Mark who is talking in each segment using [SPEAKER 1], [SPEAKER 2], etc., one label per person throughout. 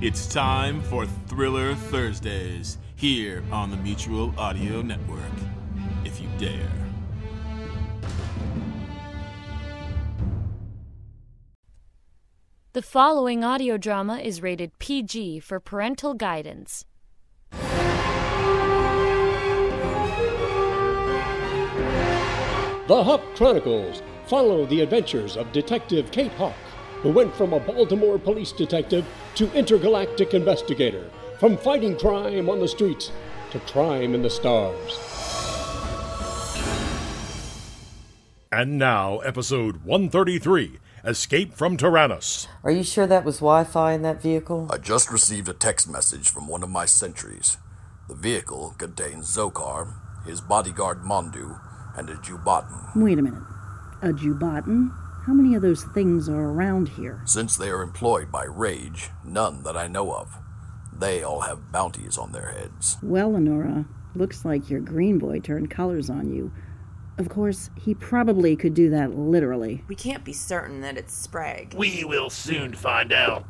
[SPEAKER 1] It's time for Thriller Thursdays here on the Mutual Audio Network. If you dare.
[SPEAKER 2] The following audio drama is rated PG for parental guidance.
[SPEAKER 3] The Hawk Chronicles follow the adventures of Detective Kate Hawk, who went from a Baltimore police detective to intergalactic investigator, from fighting crime on the streets to crime in the stars.
[SPEAKER 4] And now, episode 133 Escape from Tyrannus.
[SPEAKER 5] Are you sure that was Wi Fi in that vehicle?
[SPEAKER 6] I just received a text message from one of my sentries. The vehicle contains Zokar, his bodyguard Mondu, and a Jubatan.
[SPEAKER 7] Wait a minute. A Jubatan? How many of those things are around here?
[SPEAKER 6] Since they are employed by Rage, none that I know of. They all have bounties on their heads.
[SPEAKER 7] Well, Honora, looks like your green boy turned colors on you. Of course, he probably could do that literally.
[SPEAKER 8] We can't be certain that it's Sprague.
[SPEAKER 9] We will soon find out.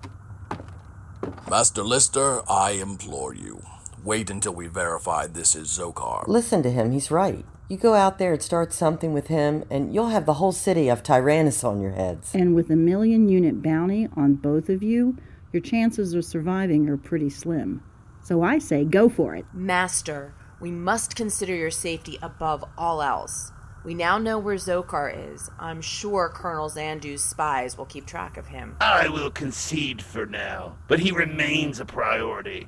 [SPEAKER 6] Master Lister, I implore you. Wait until we verify this is Zokar.
[SPEAKER 5] Listen to him, he's right. You go out there and start something with him, and you'll have the whole city of Tyrannus on your heads.
[SPEAKER 7] And with a million unit bounty on both of you, your chances of surviving are pretty slim. So I say go for it.
[SPEAKER 8] Master, we must consider your safety above all else. We now know where Zokar is. I'm sure Colonel Zandu's spies will keep track of him.
[SPEAKER 9] I will concede for now, but he remains a priority.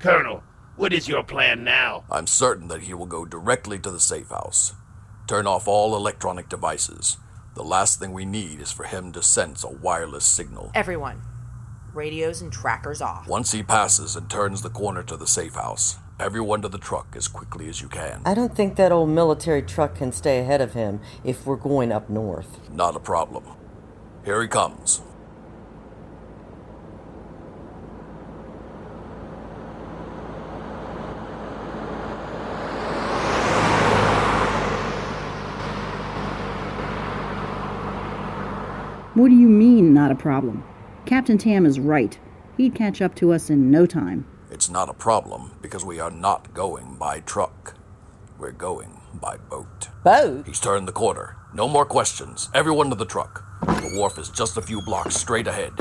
[SPEAKER 9] Colonel, what is your plan now?
[SPEAKER 6] I'm certain that he will go directly to the safe house. Turn off all electronic devices. The last thing we need is for him to sense a wireless signal.
[SPEAKER 8] Everyone, radios and trackers off.
[SPEAKER 6] Once he passes and turns the corner to the safe house, everyone to the truck as quickly as you can.
[SPEAKER 5] I don't think that old military truck can stay ahead of him if we're going up north.
[SPEAKER 6] Not a problem. Here he comes.
[SPEAKER 7] What do you mean, not a problem? Captain Tam is right. He'd catch up to us in no time.
[SPEAKER 6] It's not a problem because we are not going by truck. We're going by boat.
[SPEAKER 5] Boat?
[SPEAKER 6] He's turned the corner. No more questions. Everyone to the truck. The wharf is just a few blocks straight ahead.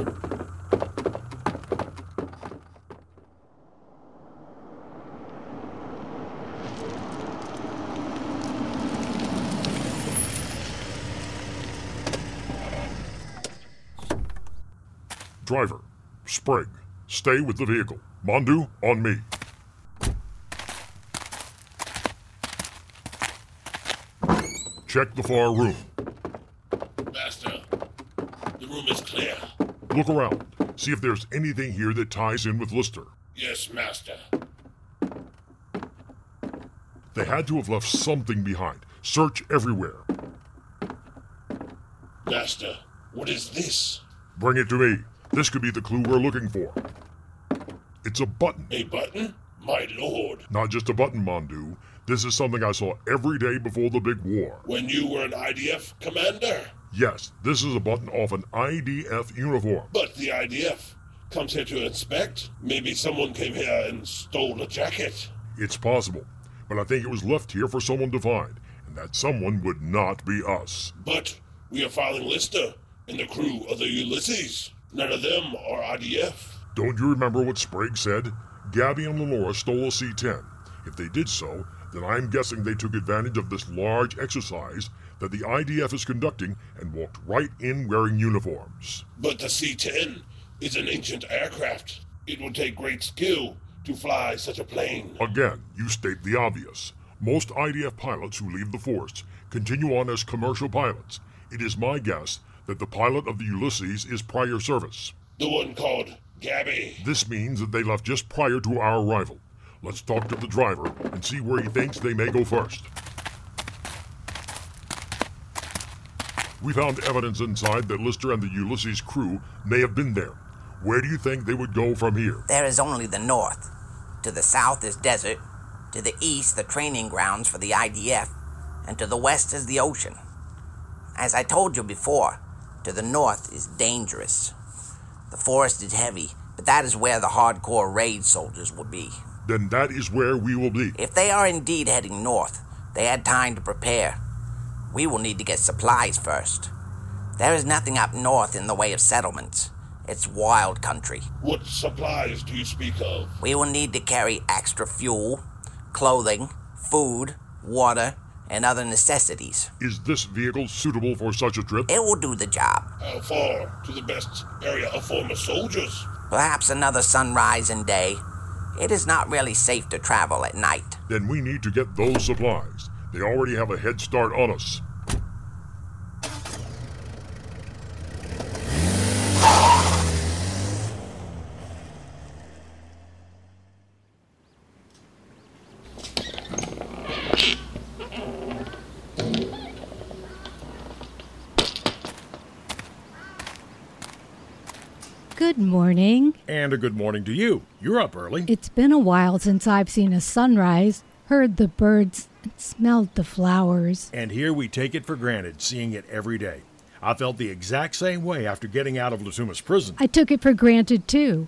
[SPEAKER 4] Driver, Sprig, stay with the vehicle. Mondu, on me. Check the far room.
[SPEAKER 9] Master, the room is clear.
[SPEAKER 4] Look around. See if there's anything here that ties in with Lister.
[SPEAKER 9] Yes, Master.
[SPEAKER 4] They had to have left something behind. Search everywhere.
[SPEAKER 9] Master, what is this?
[SPEAKER 4] Bring it to me. This could be the clue we're looking for. It's a button.
[SPEAKER 9] A button? My lord.
[SPEAKER 4] Not just a button, Mondu. This is something I saw every day before the big war.
[SPEAKER 9] When you were an IDF commander?
[SPEAKER 4] Yes, this is a button off an IDF uniform.
[SPEAKER 9] But the IDF comes here to inspect. Maybe someone came here and stole the jacket.
[SPEAKER 4] It's possible, but I think it was left here for someone to find, and that someone would not be us.
[SPEAKER 9] But we are following Lister and the crew of the Ulysses. None of them are IDF.
[SPEAKER 4] Don't you remember what Sprague said? Gabby and Lenora stole a C 10. If they did so, then I'm guessing they took advantage of this large exercise that the IDF is conducting and walked right in wearing uniforms.
[SPEAKER 9] But the C 10 is an ancient aircraft. It would take great skill to fly such a plane.
[SPEAKER 4] Again, you state the obvious. Most IDF pilots who leave the force continue on as commercial pilots. It is my guess that the pilot of the Ulysses is prior service.
[SPEAKER 9] The one called Gabby.
[SPEAKER 4] This means that they left just prior to our arrival. Let's talk to the driver and see where he thinks they may go first. We found evidence inside that Lister and the Ulysses crew may have been there. Where do you think they would go from here?
[SPEAKER 10] There is only the north. To the south is desert, to the east, the training grounds for the IDF, and to the west is the ocean. As I told you before, to the north is dangerous. The forest is heavy, but that is where the hardcore raid soldiers will be.
[SPEAKER 4] Then that is where we will be.
[SPEAKER 10] If they are indeed heading north, they had time to prepare. We will need to get supplies first. There is nothing up north in the way of settlements. It's wild country.
[SPEAKER 9] What supplies do you speak of?
[SPEAKER 10] We will need to carry extra fuel, clothing, food, water, and other necessities.
[SPEAKER 4] Is this vehicle suitable for such a trip?
[SPEAKER 10] It will do the job.
[SPEAKER 9] How far to the best area of former soldiers?
[SPEAKER 10] Perhaps another sunrise and day. It is not really safe to travel at night.
[SPEAKER 4] Then we need to get those supplies. They already have a head start on us.
[SPEAKER 11] Good morning.
[SPEAKER 12] And a good morning to you. You're up early.
[SPEAKER 11] It's been a while since I've seen a sunrise, heard the birds, and smelled the flowers.
[SPEAKER 12] And here we take it for granted, seeing it every day. I felt the exact same way after getting out of Latuma's prison.
[SPEAKER 11] I took it for granted too.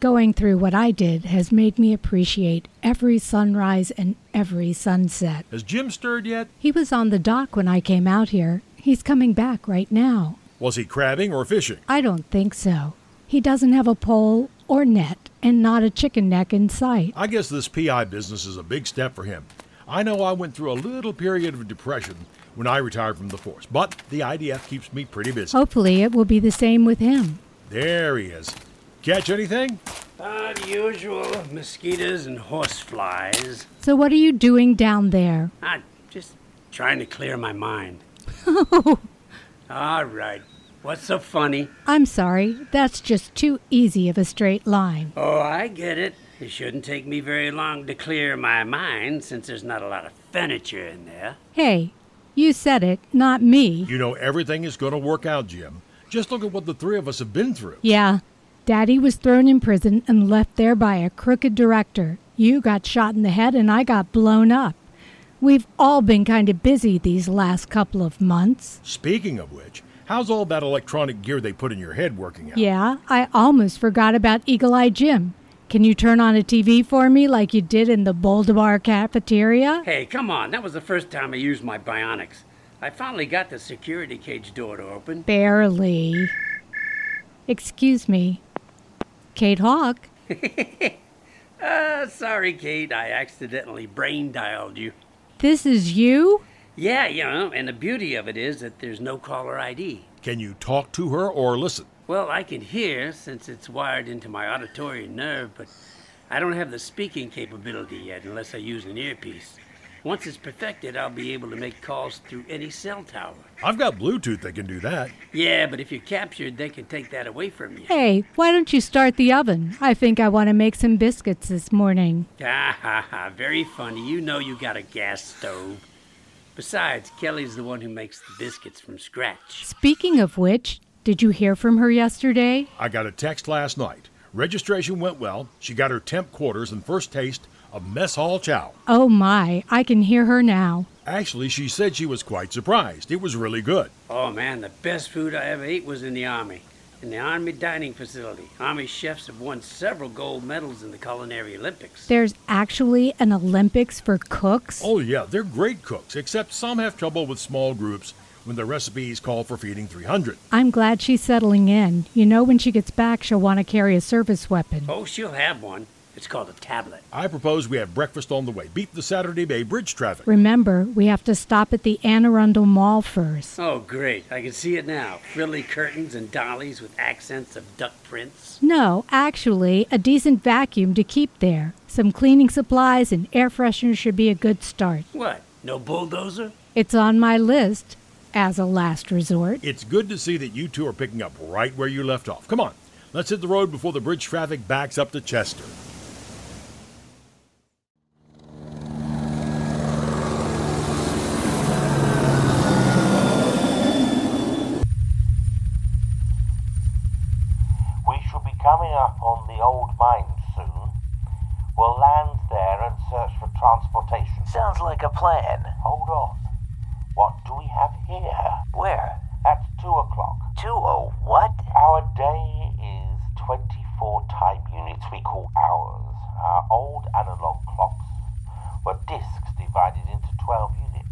[SPEAKER 11] Going through what I did has made me appreciate every sunrise and every sunset.
[SPEAKER 12] Has Jim stirred yet?
[SPEAKER 11] He was on the dock when I came out here. He's coming back right now.
[SPEAKER 12] Was he crabbing or fishing?
[SPEAKER 11] I don't think so. He doesn't have a pole or net and not a chicken neck in sight.
[SPEAKER 12] I guess this PI business is a big step for him. I know I went through a little period of depression when I retired from the force, but the IDF keeps me pretty busy.
[SPEAKER 11] Hopefully, it will be the same with him.
[SPEAKER 12] There he is. Catch anything?
[SPEAKER 13] Uh, the usual mosquitoes and horse flies.
[SPEAKER 11] So, what are you doing down there?
[SPEAKER 13] I'm just trying to clear my mind.
[SPEAKER 11] Oh,
[SPEAKER 13] All right. What's so funny?
[SPEAKER 11] I'm sorry. That's just too easy of a straight line.
[SPEAKER 13] Oh, I get it. It shouldn't take me very long to clear my mind since there's not a lot of furniture in there.
[SPEAKER 11] Hey, you said it, not me.
[SPEAKER 12] You know, everything is going to work out, Jim. Just look at what the three of us have been through.
[SPEAKER 11] Yeah. Daddy was thrown in prison and left there by a crooked director. You got shot in the head and I got blown up. We've all been kind of busy these last couple of months.
[SPEAKER 12] Speaking of which, how's all that electronic gear they put in your head working out?
[SPEAKER 11] Yeah, I almost forgot about Eagle Eye Jim. Can you turn on a TV for me like you did in the Boldabar cafeteria?
[SPEAKER 13] Hey, come on. That was the first time I used my bionics. I finally got the security cage door to open.
[SPEAKER 11] Barely. Excuse me. Kate Hawk.
[SPEAKER 13] Uh, sorry, Kate. I accidentally brain dialed you.
[SPEAKER 11] This is you?
[SPEAKER 13] Yeah, you know, and the beauty of it is that there's no caller ID.
[SPEAKER 12] Can you talk to her or listen?
[SPEAKER 13] Well, I can hear since it's wired into my auditory nerve, but I don't have the speaking capability yet unless I use an earpiece. Once it's perfected, I'll be able to make calls through any cell tower.
[SPEAKER 12] I've got Bluetooth that can do that.
[SPEAKER 13] Yeah, but if you're captured, they can take that away from you.
[SPEAKER 11] Hey, why don't you start the oven? I think I want to make some biscuits this morning.
[SPEAKER 13] Ha ha ha, very funny. You know you got a gas stove. Besides, Kelly's the one who makes the biscuits from scratch.
[SPEAKER 11] Speaking of which, did you hear from her yesterday?
[SPEAKER 12] I got a text last night. Registration went well. She got her temp quarters and first taste of mess hall chow.
[SPEAKER 11] Oh my, I can hear her now.
[SPEAKER 12] Actually, she said she was quite surprised. It was really good.
[SPEAKER 13] Oh man, the best food I ever ate was in the Army, in the Army dining facility. Army chefs have won several gold medals in the Culinary Olympics.
[SPEAKER 11] There's actually an Olympics for cooks?
[SPEAKER 12] Oh, yeah, they're great cooks, except some have trouble with small groups when the recipes call for feeding 300.
[SPEAKER 11] I'm glad she's settling in. You know, when she gets back, she'll want to carry a service weapon.
[SPEAKER 13] Oh, she'll have one. It's called a tablet.
[SPEAKER 12] I propose we have breakfast on the way. Beat the Saturday Bay Bridge traffic.
[SPEAKER 11] Remember, we have to stop at the Anne Arundel Mall first.
[SPEAKER 13] Oh, great. I can see it now. Frilly curtains and dollies with accents of duck prints.
[SPEAKER 11] No, actually, a decent vacuum to keep there. Some cleaning supplies and air fresheners should be a good start.
[SPEAKER 13] What? No bulldozer?
[SPEAKER 11] It's on my list. as a last resort.
[SPEAKER 12] It's good to see that you two are picking up right where you left off. Come on, let's hit the road before the bridge traffic backs up to Chester.
[SPEAKER 14] We shall be coming up on the old mine soon. We'll land there and search for transportation. Sounds like a plan. Hold on. What do we have here? Where? At two o'clock. Two oh what? Our day is twenty-four time units we call hours. Our old analog clocks were discs divided into twelve units.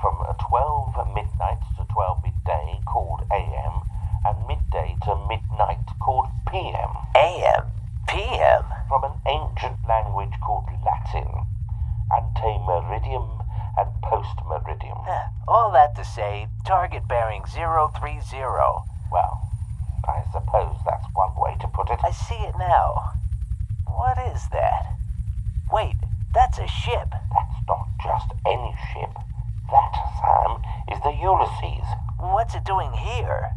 [SPEAKER 14] From uh, twelve at midnight to twelve midday called AM and midday to midnight called PM. AM? PM? From an ancient language called Latin. Antemeridium and postmeridium.
[SPEAKER 15] All that to say, target bearing 030.
[SPEAKER 14] Well, I suppose that's one way to put it.
[SPEAKER 15] I see it now. What is that? Wait, that's a ship.
[SPEAKER 14] That's not just any ship. That, Sam, is the Ulysses.
[SPEAKER 15] What's it doing here?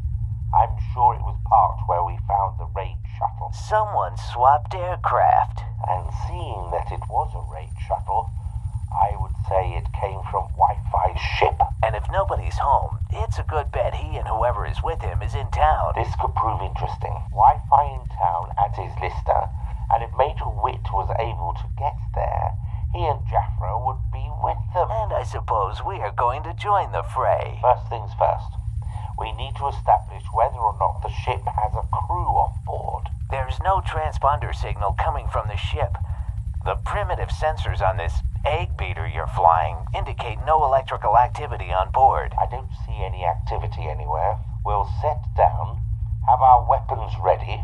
[SPEAKER 14] I'm sure it was parked where we found the raid shuttle.
[SPEAKER 15] Someone swapped aircraft.
[SPEAKER 14] And seeing that it was a raid shuttle, I would say it came from Wi Fi's ship.
[SPEAKER 15] And if nobody's home, it's a good bet he and whoever is with him is in town.
[SPEAKER 14] This could prove interesting. Wi Fi in town at his lister, and if Major Witt was able to get there, he and Jaffra would be with them.
[SPEAKER 15] And I suppose we are going to join the fray.
[SPEAKER 14] First things first, we need to establish whether or not the ship has a crew on board.
[SPEAKER 15] There's no transponder signal coming from the ship. The primitive sensors on this egg beater you're flying indicate no electrical activity on board.
[SPEAKER 14] I don't see any activity anywhere. We'll set down, have our weapons ready,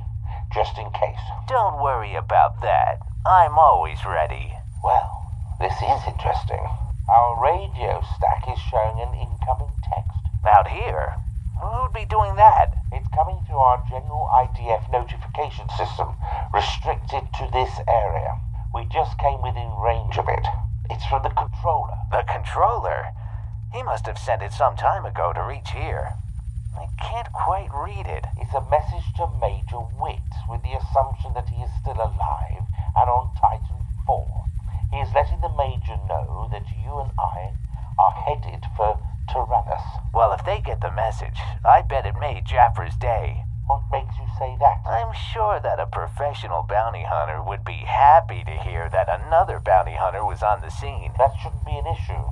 [SPEAKER 14] just in case.
[SPEAKER 15] Don't worry about that. I'm always ready.
[SPEAKER 14] Well, this is interesting. Our radio stack is showing an incoming text.
[SPEAKER 15] Out here? Who'd be doing that?
[SPEAKER 14] It's coming through our general IDF notification system, restricted to this area. We just came within range of it. It's from the controller.
[SPEAKER 15] The controller? He must have sent it some time ago to reach here. I can't quite read it.
[SPEAKER 14] It's a message to Major Witt with the assumption that he is still alive and on Titan IV. He is letting the Major know that you and I are headed for Tyrannus.
[SPEAKER 15] Well, if they get the message, I bet it made Jaffra's day.
[SPEAKER 14] What makes you say that?
[SPEAKER 15] I'm sure that a professional bounty hunter would be happy to hear that another bounty hunter was on the scene.
[SPEAKER 14] That shouldn't be an issue.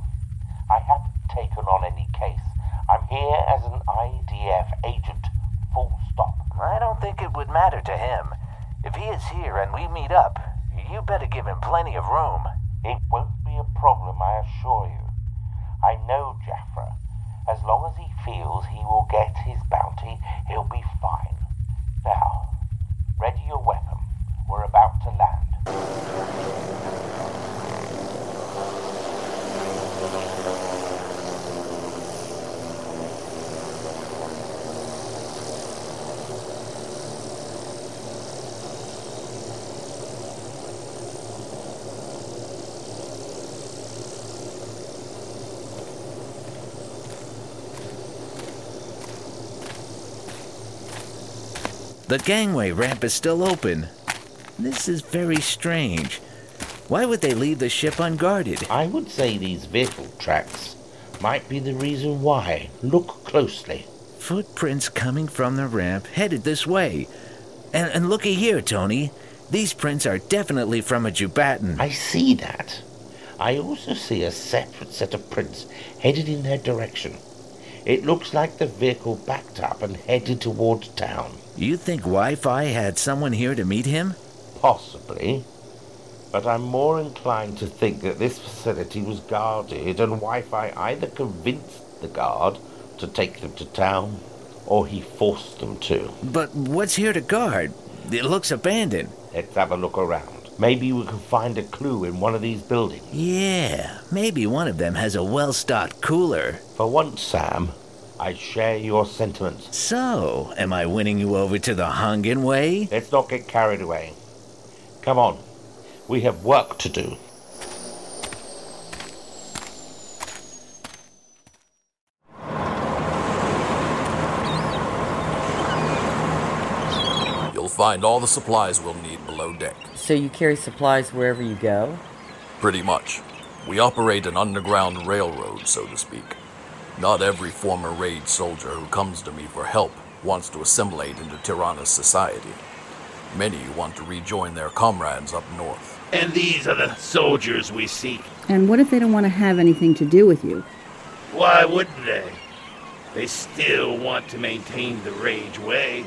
[SPEAKER 14] I haven't taken on any case. I'm here as an IDF agent, full stop.
[SPEAKER 15] I don't think it would matter to him. If he is here and we meet up, you better give him plenty of room.
[SPEAKER 14] It won't be a problem, I assure you. I know Jaffra. As long as he feels he will get his bounty, he'll be fine. Now, ready your weapon. We're about to land.
[SPEAKER 16] The gangway ramp is still open. This is very strange. Why would they leave the ship unguarded?
[SPEAKER 14] I would say these vehicle tracks might be the reason why. Look closely.
[SPEAKER 16] Footprints coming from the ramp headed this way. And, and looky here, Tony. These prints are definitely from a Jubatan.
[SPEAKER 14] I see that. I also see a separate set of prints headed in their direction. It looks like the vehicle backed up and headed toward town.
[SPEAKER 16] You think Wi Fi had someone here to meet him?
[SPEAKER 14] Possibly. But I'm more inclined to think that this facility was guarded and Wi Fi either convinced the guard to take them to town or he forced them to.
[SPEAKER 16] But what's here to guard? It looks abandoned.
[SPEAKER 14] Let's have a look around. Maybe we can find a clue in one of these buildings.
[SPEAKER 16] Yeah, maybe one of them has a well stocked cooler.
[SPEAKER 14] For once, Sam, I share your sentiments.
[SPEAKER 16] So, am I winning you over to the Hungan way?
[SPEAKER 14] Let's not get carried away. Come on, we have work to do.
[SPEAKER 6] find all the supplies we'll need below deck.
[SPEAKER 5] So you carry supplies wherever you go?
[SPEAKER 6] Pretty much. We operate an underground railroad, so to speak. Not every former raid soldier who comes to me for help wants to assimilate into Tirana's society. Many want to rejoin their comrades up north.
[SPEAKER 9] And these are the soldiers we seek.
[SPEAKER 7] And what if they don't want to have anything to do with you?
[SPEAKER 9] Why wouldn't they? They still want to maintain the rage way.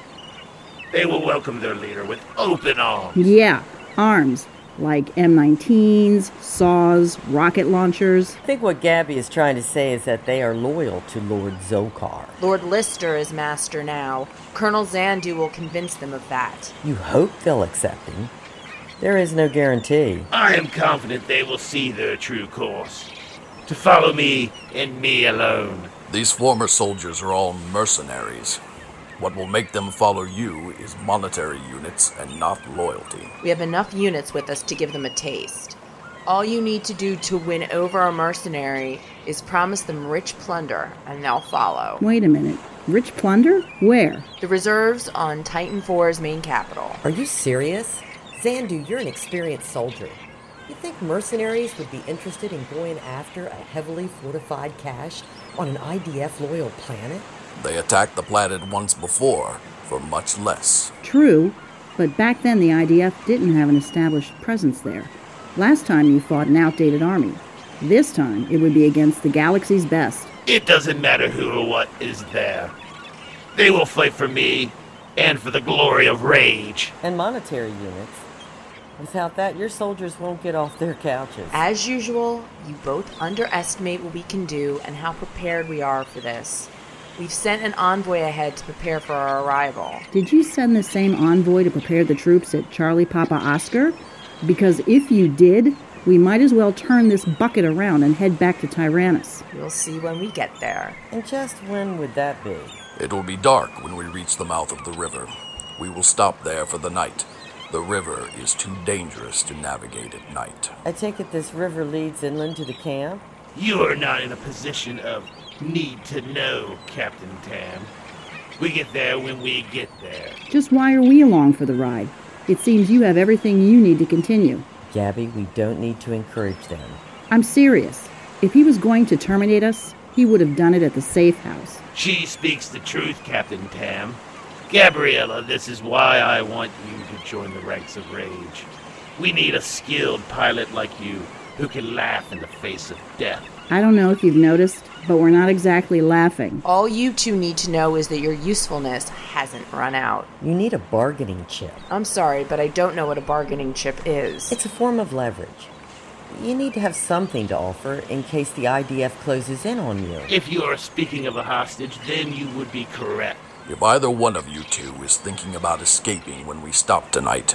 [SPEAKER 9] They will welcome their leader with open arms.
[SPEAKER 7] Yeah, arms. Like M19s, saws, rocket launchers.
[SPEAKER 5] I think what Gabby is trying to say is that they are loyal to Lord Zokar.
[SPEAKER 8] Lord Lister is master now. Colonel Zandu will convince them of that.
[SPEAKER 5] You hope they'll accept him. There is no guarantee.
[SPEAKER 9] I am confident they will see their true course. To follow me and me alone.
[SPEAKER 6] These former soldiers are all mercenaries. What will make them follow you is monetary units and not loyalty.
[SPEAKER 8] We have enough units with us to give them a taste. All you need to do to win over a mercenary is promise them rich plunder, and they'll follow.
[SPEAKER 7] Wait a minute. Rich plunder? Where?
[SPEAKER 8] The reserves on Titan IV's main capital.
[SPEAKER 5] Are you serious? Zandu, you're an experienced soldier. You think mercenaries would be interested in going after a heavily fortified cache on an IDF loyal planet?
[SPEAKER 6] They attacked the planet once before for much less.
[SPEAKER 7] True, but back then the IDF didn't have an established presence there. Last time you fought an outdated army. This time it would be against the galaxy's best.
[SPEAKER 9] It doesn't matter who or what is there. They will fight for me and for the glory of rage.
[SPEAKER 5] And monetary units. Without that, your soldiers won't get off their couches.
[SPEAKER 8] As usual, you both underestimate what we can do and how prepared we are for this. We've sent an envoy ahead to prepare for our arrival.
[SPEAKER 7] Did you send the same envoy to prepare the troops at Charlie Papa Oscar? Because if you did, we might as well turn this bucket around and head back to Tyrannus.
[SPEAKER 8] You'll see when we get there.
[SPEAKER 5] And just when would that be?
[SPEAKER 6] It'll be dark when we reach the mouth of the river. We will stop there for the night. The river is too dangerous to navigate at night.
[SPEAKER 5] I take it this river leads inland to the camp?
[SPEAKER 9] You are not in a position of need to know, Captain Tam. We get there when we get there.
[SPEAKER 7] Just why are we along for the ride? It seems you have everything you need to continue.
[SPEAKER 5] Gabby, we don't need to encourage them.
[SPEAKER 7] I'm serious. If he was going to terminate us, he would have done it at the safe house.
[SPEAKER 9] She speaks the truth, Captain Tam. Gabriella, this is why I want you to join the ranks of rage. We need a skilled pilot like you who can laugh in the face of death.
[SPEAKER 7] I don't know if you've noticed, but we're not exactly laughing.
[SPEAKER 8] All you two need to know is that your usefulness hasn't run out.
[SPEAKER 5] You need a bargaining chip.
[SPEAKER 8] I'm sorry, but I don't know what a bargaining chip is.
[SPEAKER 5] It's a form of leverage. You need to have something to offer in case the IDF closes in on you.
[SPEAKER 9] If you are speaking of a hostage, then you would be correct.
[SPEAKER 6] If either one of you two is thinking about escaping when we stop tonight,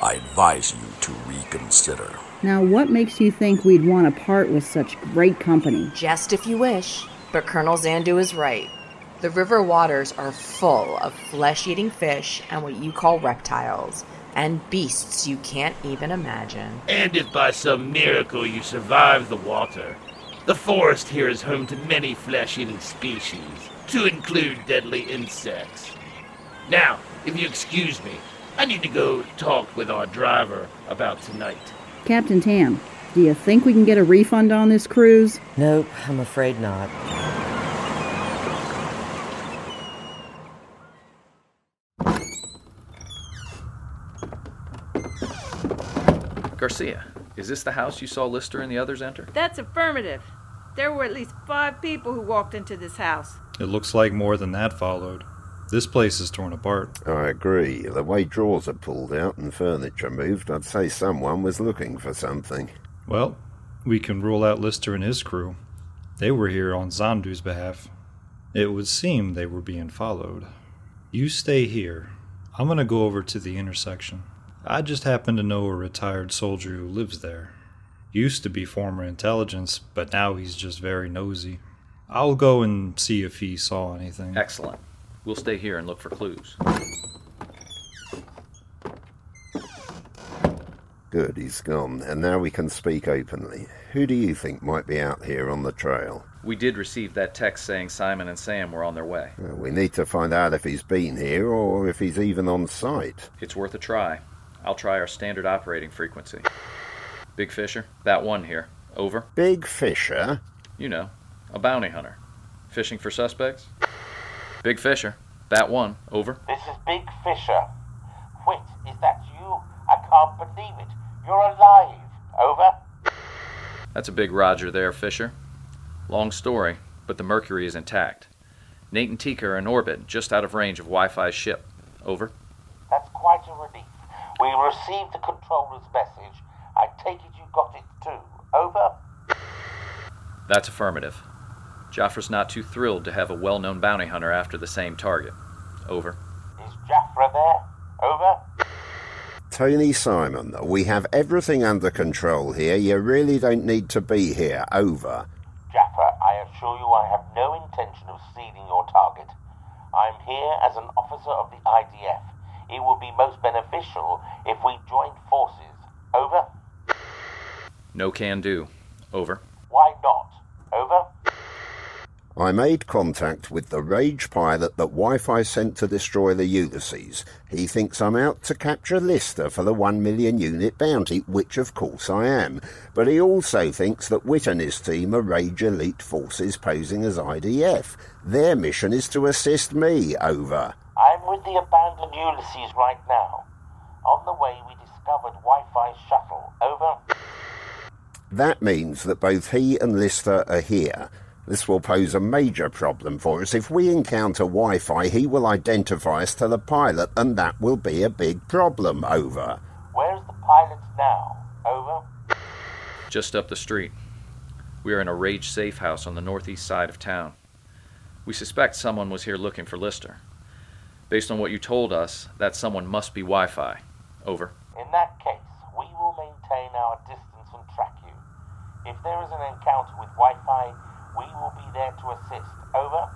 [SPEAKER 6] I advise you to reconsider.
[SPEAKER 7] Now, what makes you think we'd want to part with such great company?
[SPEAKER 8] Just if you wish. But Colonel Zandu is right. The river waters are full of flesh eating fish and what you call reptiles, and beasts you can't even imagine.
[SPEAKER 9] And if by some miracle you survive the water, the forest here is home to many flesh eating species, to include deadly insects. Now, if you excuse me, I need to go talk with our driver about tonight.
[SPEAKER 7] Captain Tam, do you think we can get a refund on this cruise?
[SPEAKER 5] Nope, I'm afraid not.
[SPEAKER 17] Garcia, is this the house you saw Lister and the others enter?
[SPEAKER 18] That's affirmative. There were at least five people who walked into this house.
[SPEAKER 19] It looks like more than that followed. This place is torn apart.
[SPEAKER 20] I agree. The way drawers are pulled out and furniture moved, I'd say someone was looking for something.
[SPEAKER 19] Well, we can rule out Lister and his crew. They were here on Zandu's behalf. It would seem they were being followed. You stay here. I'm going to go over to the intersection. I just happen to know a retired soldier who lives there. Used to be former intelligence, but now he's just very nosy. I'll go and see if he saw anything.
[SPEAKER 17] Excellent. We'll stay here and look for clues.
[SPEAKER 20] Good, he's gone, and now we can speak openly. Who do you think might be out here on the trail?
[SPEAKER 17] We did receive that text saying Simon and Sam were on their way.
[SPEAKER 20] Well, we need to find out if he's been here or if he's even on site.
[SPEAKER 17] It's worth a try. I'll try our standard operating frequency. Big Fisher, that one here. Over.
[SPEAKER 20] Big Fisher?
[SPEAKER 17] You know, a bounty hunter. Fishing for suspects? Big Fisher, that one. Over.
[SPEAKER 14] This is Big Fisher. Whit, is that you? I can't believe it. You're alive. Over.
[SPEAKER 17] That's a big Roger there, Fisher. Long story, but the Mercury is intact. Nate and Tika are in orbit, just out of range of Wi Fi's ship. Over.
[SPEAKER 14] That's quite a relief. We received the controller's message. I take it you got it too. Over.
[SPEAKER 17] That's affirmative. Joffre's not too thrilled to have a well known bounty hunter after the same target. Over.
[SPEAKER 14] Is Jafra there? Over.
[SPEAKER 20] Tony Simon, we have everything under control here. You really don't need to be here. Over.
[SPEAKER 14] Jaffa, I assure you I have no intention of stealing your target. I'm here as an officer of the IDF. It would be most beneficial if we joined forces. Over?
[SPEAKER 17] No can do. Over.
[SPEAKER 14] Why not? Over?
[SPEAKER 20] I made contact with the rage pilot that Wi Fi sent to destroy the Ulysses. He thinks I'm out to capture Lister for the 1 million unit bounty, which of course I am. But he also thinks that Witt and his team are rage elite forces posing as IDF. Their mission is to assist me, over.
[SPEAKER 14] I'm with the abandoned Ulysses right now. On the way, we discovered Wi Fi's shuttle. Over?
[SPEAKER 20] That means that both he and Lister are here. This will pose a major problem for us. If we encounter Wi Fi, he will identify us to the pilot, and that will be a big problem. Over.
[SPEAKER 14] Where's the pilot now? Over?
[SPEAKER 17] Just up the street. We are in a rage safe house on the northeast side of town. We suspect someone was here looking for Lister. Based on what you told us, that someone must be Wi Fi. Over.
[SPEAKER 14] In that case, we will maintain our distance and track you. If there is an encounter with Wi Fi, we will be there to assist. Over.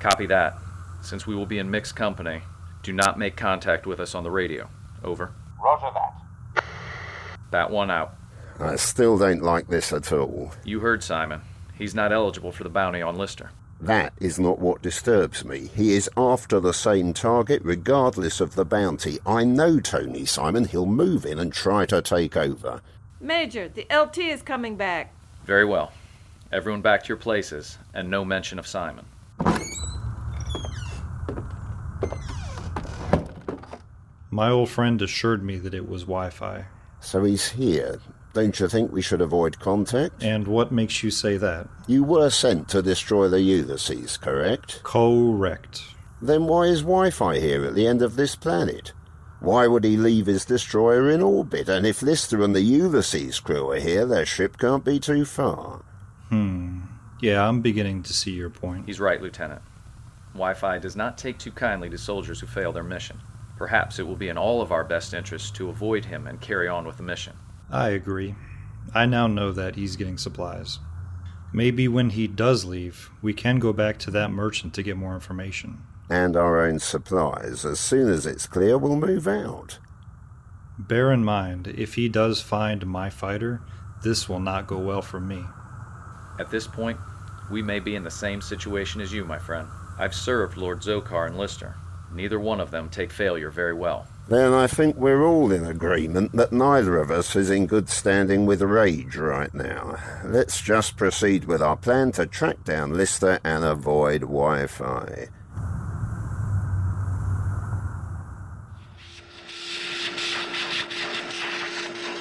[SPEAKER 17] Copy that. Since we will be in mixed company, do not make contact with us on the radio. Over.
[SPEAKER 14] Roger that.
[SPEAKER 17] That one out.
[SPEAKER 20] I still don't like this at all.
[SPEAKER 17] You heard Simon. He's not eligible for the bounty on Lister.
[SPEAKER 20] That is not what disturbs me. He is after the same target, regardless of the bounty. I know Tony Simon. He'll move in and try to take over.
[SPEAKER 18] Major, the LT is coming back.
[SPEAKER 17] Very well. Everyone back to your places, and no mention of Simon.
[SPEAKER 19] My old friend assured me that it was Wi Fi.
[SPEAKER 20] So he's here. Don't you think we should avoid contact?
[SPEAKER 19] And what makes you say that?
[SPEAKER 20] You were sent to destroy the Ulysses, correct?
[SPEAKER 19] Correct.
[SPEAKER 20] Then why is Wi Fi here at the end of this planet? Why would he leave his destroyer in orbit? And if Lister and the Ulysses crew are here, their ship can't be too far.
[SPEAKER 19] Hmm. Yeah, I'm beginning to see your point.
[SPEAKER 17] He's right, Lieutenant. Wi Fi does not take too kindly to soldiers who fail their mission. Perhaps it will be in all of our best interests to avoid him and carry on with the mission.
[SPEAKER 19] I agree. I now know that he's getting supplies. Maybe when he does leave, we can go back to that merchant to get more information.
[SPEAKER 20] And our own supplies. As soon as it's clear, we'll move out.
[SPEAKER 19] Bear in mind, if he does find my fighter, this will not go well for me.
[SPEAKER 17] At this point, we may be in the same situation as you, my friend. I've served Lord Zokar and Lister. Neither one of them take failure very well.
[SPEAKER 20] Then I think we're all in agreement that neither of us is in good standing with Rage right now. Let's just proceed with our plan to track down Lister and avoid Wi Fi.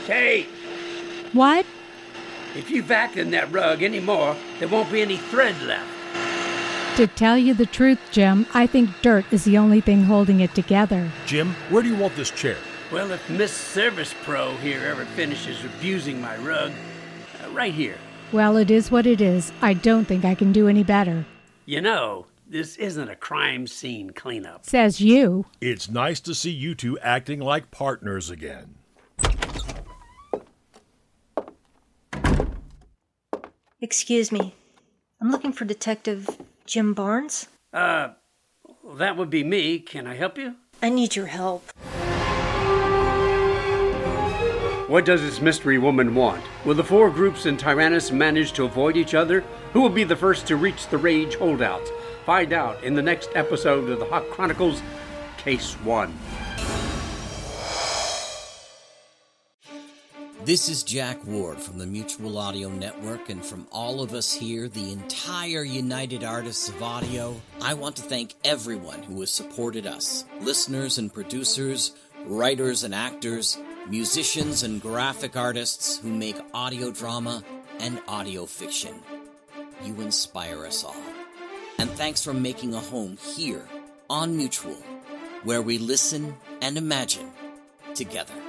[SPEAKER 13] Kate,
[SPEAKER 11] What?
[SPEAKER 13] if you vacuum that rug anymore, there won't be any thread left.
[SPEAKER 11] To tell you the truth, Jim, I think dirt is the only thing holding it together.
[SPEAKER 12] Jim, where do you want this chair?
[SPEAKER 13] Well, if Miss Service Pro here ever finishes abusing my rug, uh, right here.
[SPEAKER 11] Well, it is what it is. I don't think I can do any better.
[SPEAKER 13] You know, this isn't a crime scene cleanup.
[SPEAKER 11] Says you.
[SPEAKER 12] It's nice to see you two acting like partners again.
[SPEAKER 21] Excuse me. I'm looking for Detective Jim Barnes.
[SPEAKER 13] Uh, that would be me. Can I help you?
[SPEAKER 21] I need your help.
[SPEAKER 13] What does this mystery woman want? Will the four groups in Tyrannus manage to avoid each other,
[SPEAKER 1] Who will be the first to reach the Rage holdouts? Find out in the next episode of the Hawk Chronicles, Case 1.
[SPEAKER 22] This is Jack Ward from the Mutual Audio Network, and from all of us here, the entire United Artists of Audio, I want to thank everyone who has supported us listeners and producers, writers and actors, musicians and graphic artists who make audio drama and audio fiction. You inspire us all. And thanks for making a home here on Mutual, where we listen and imagine together.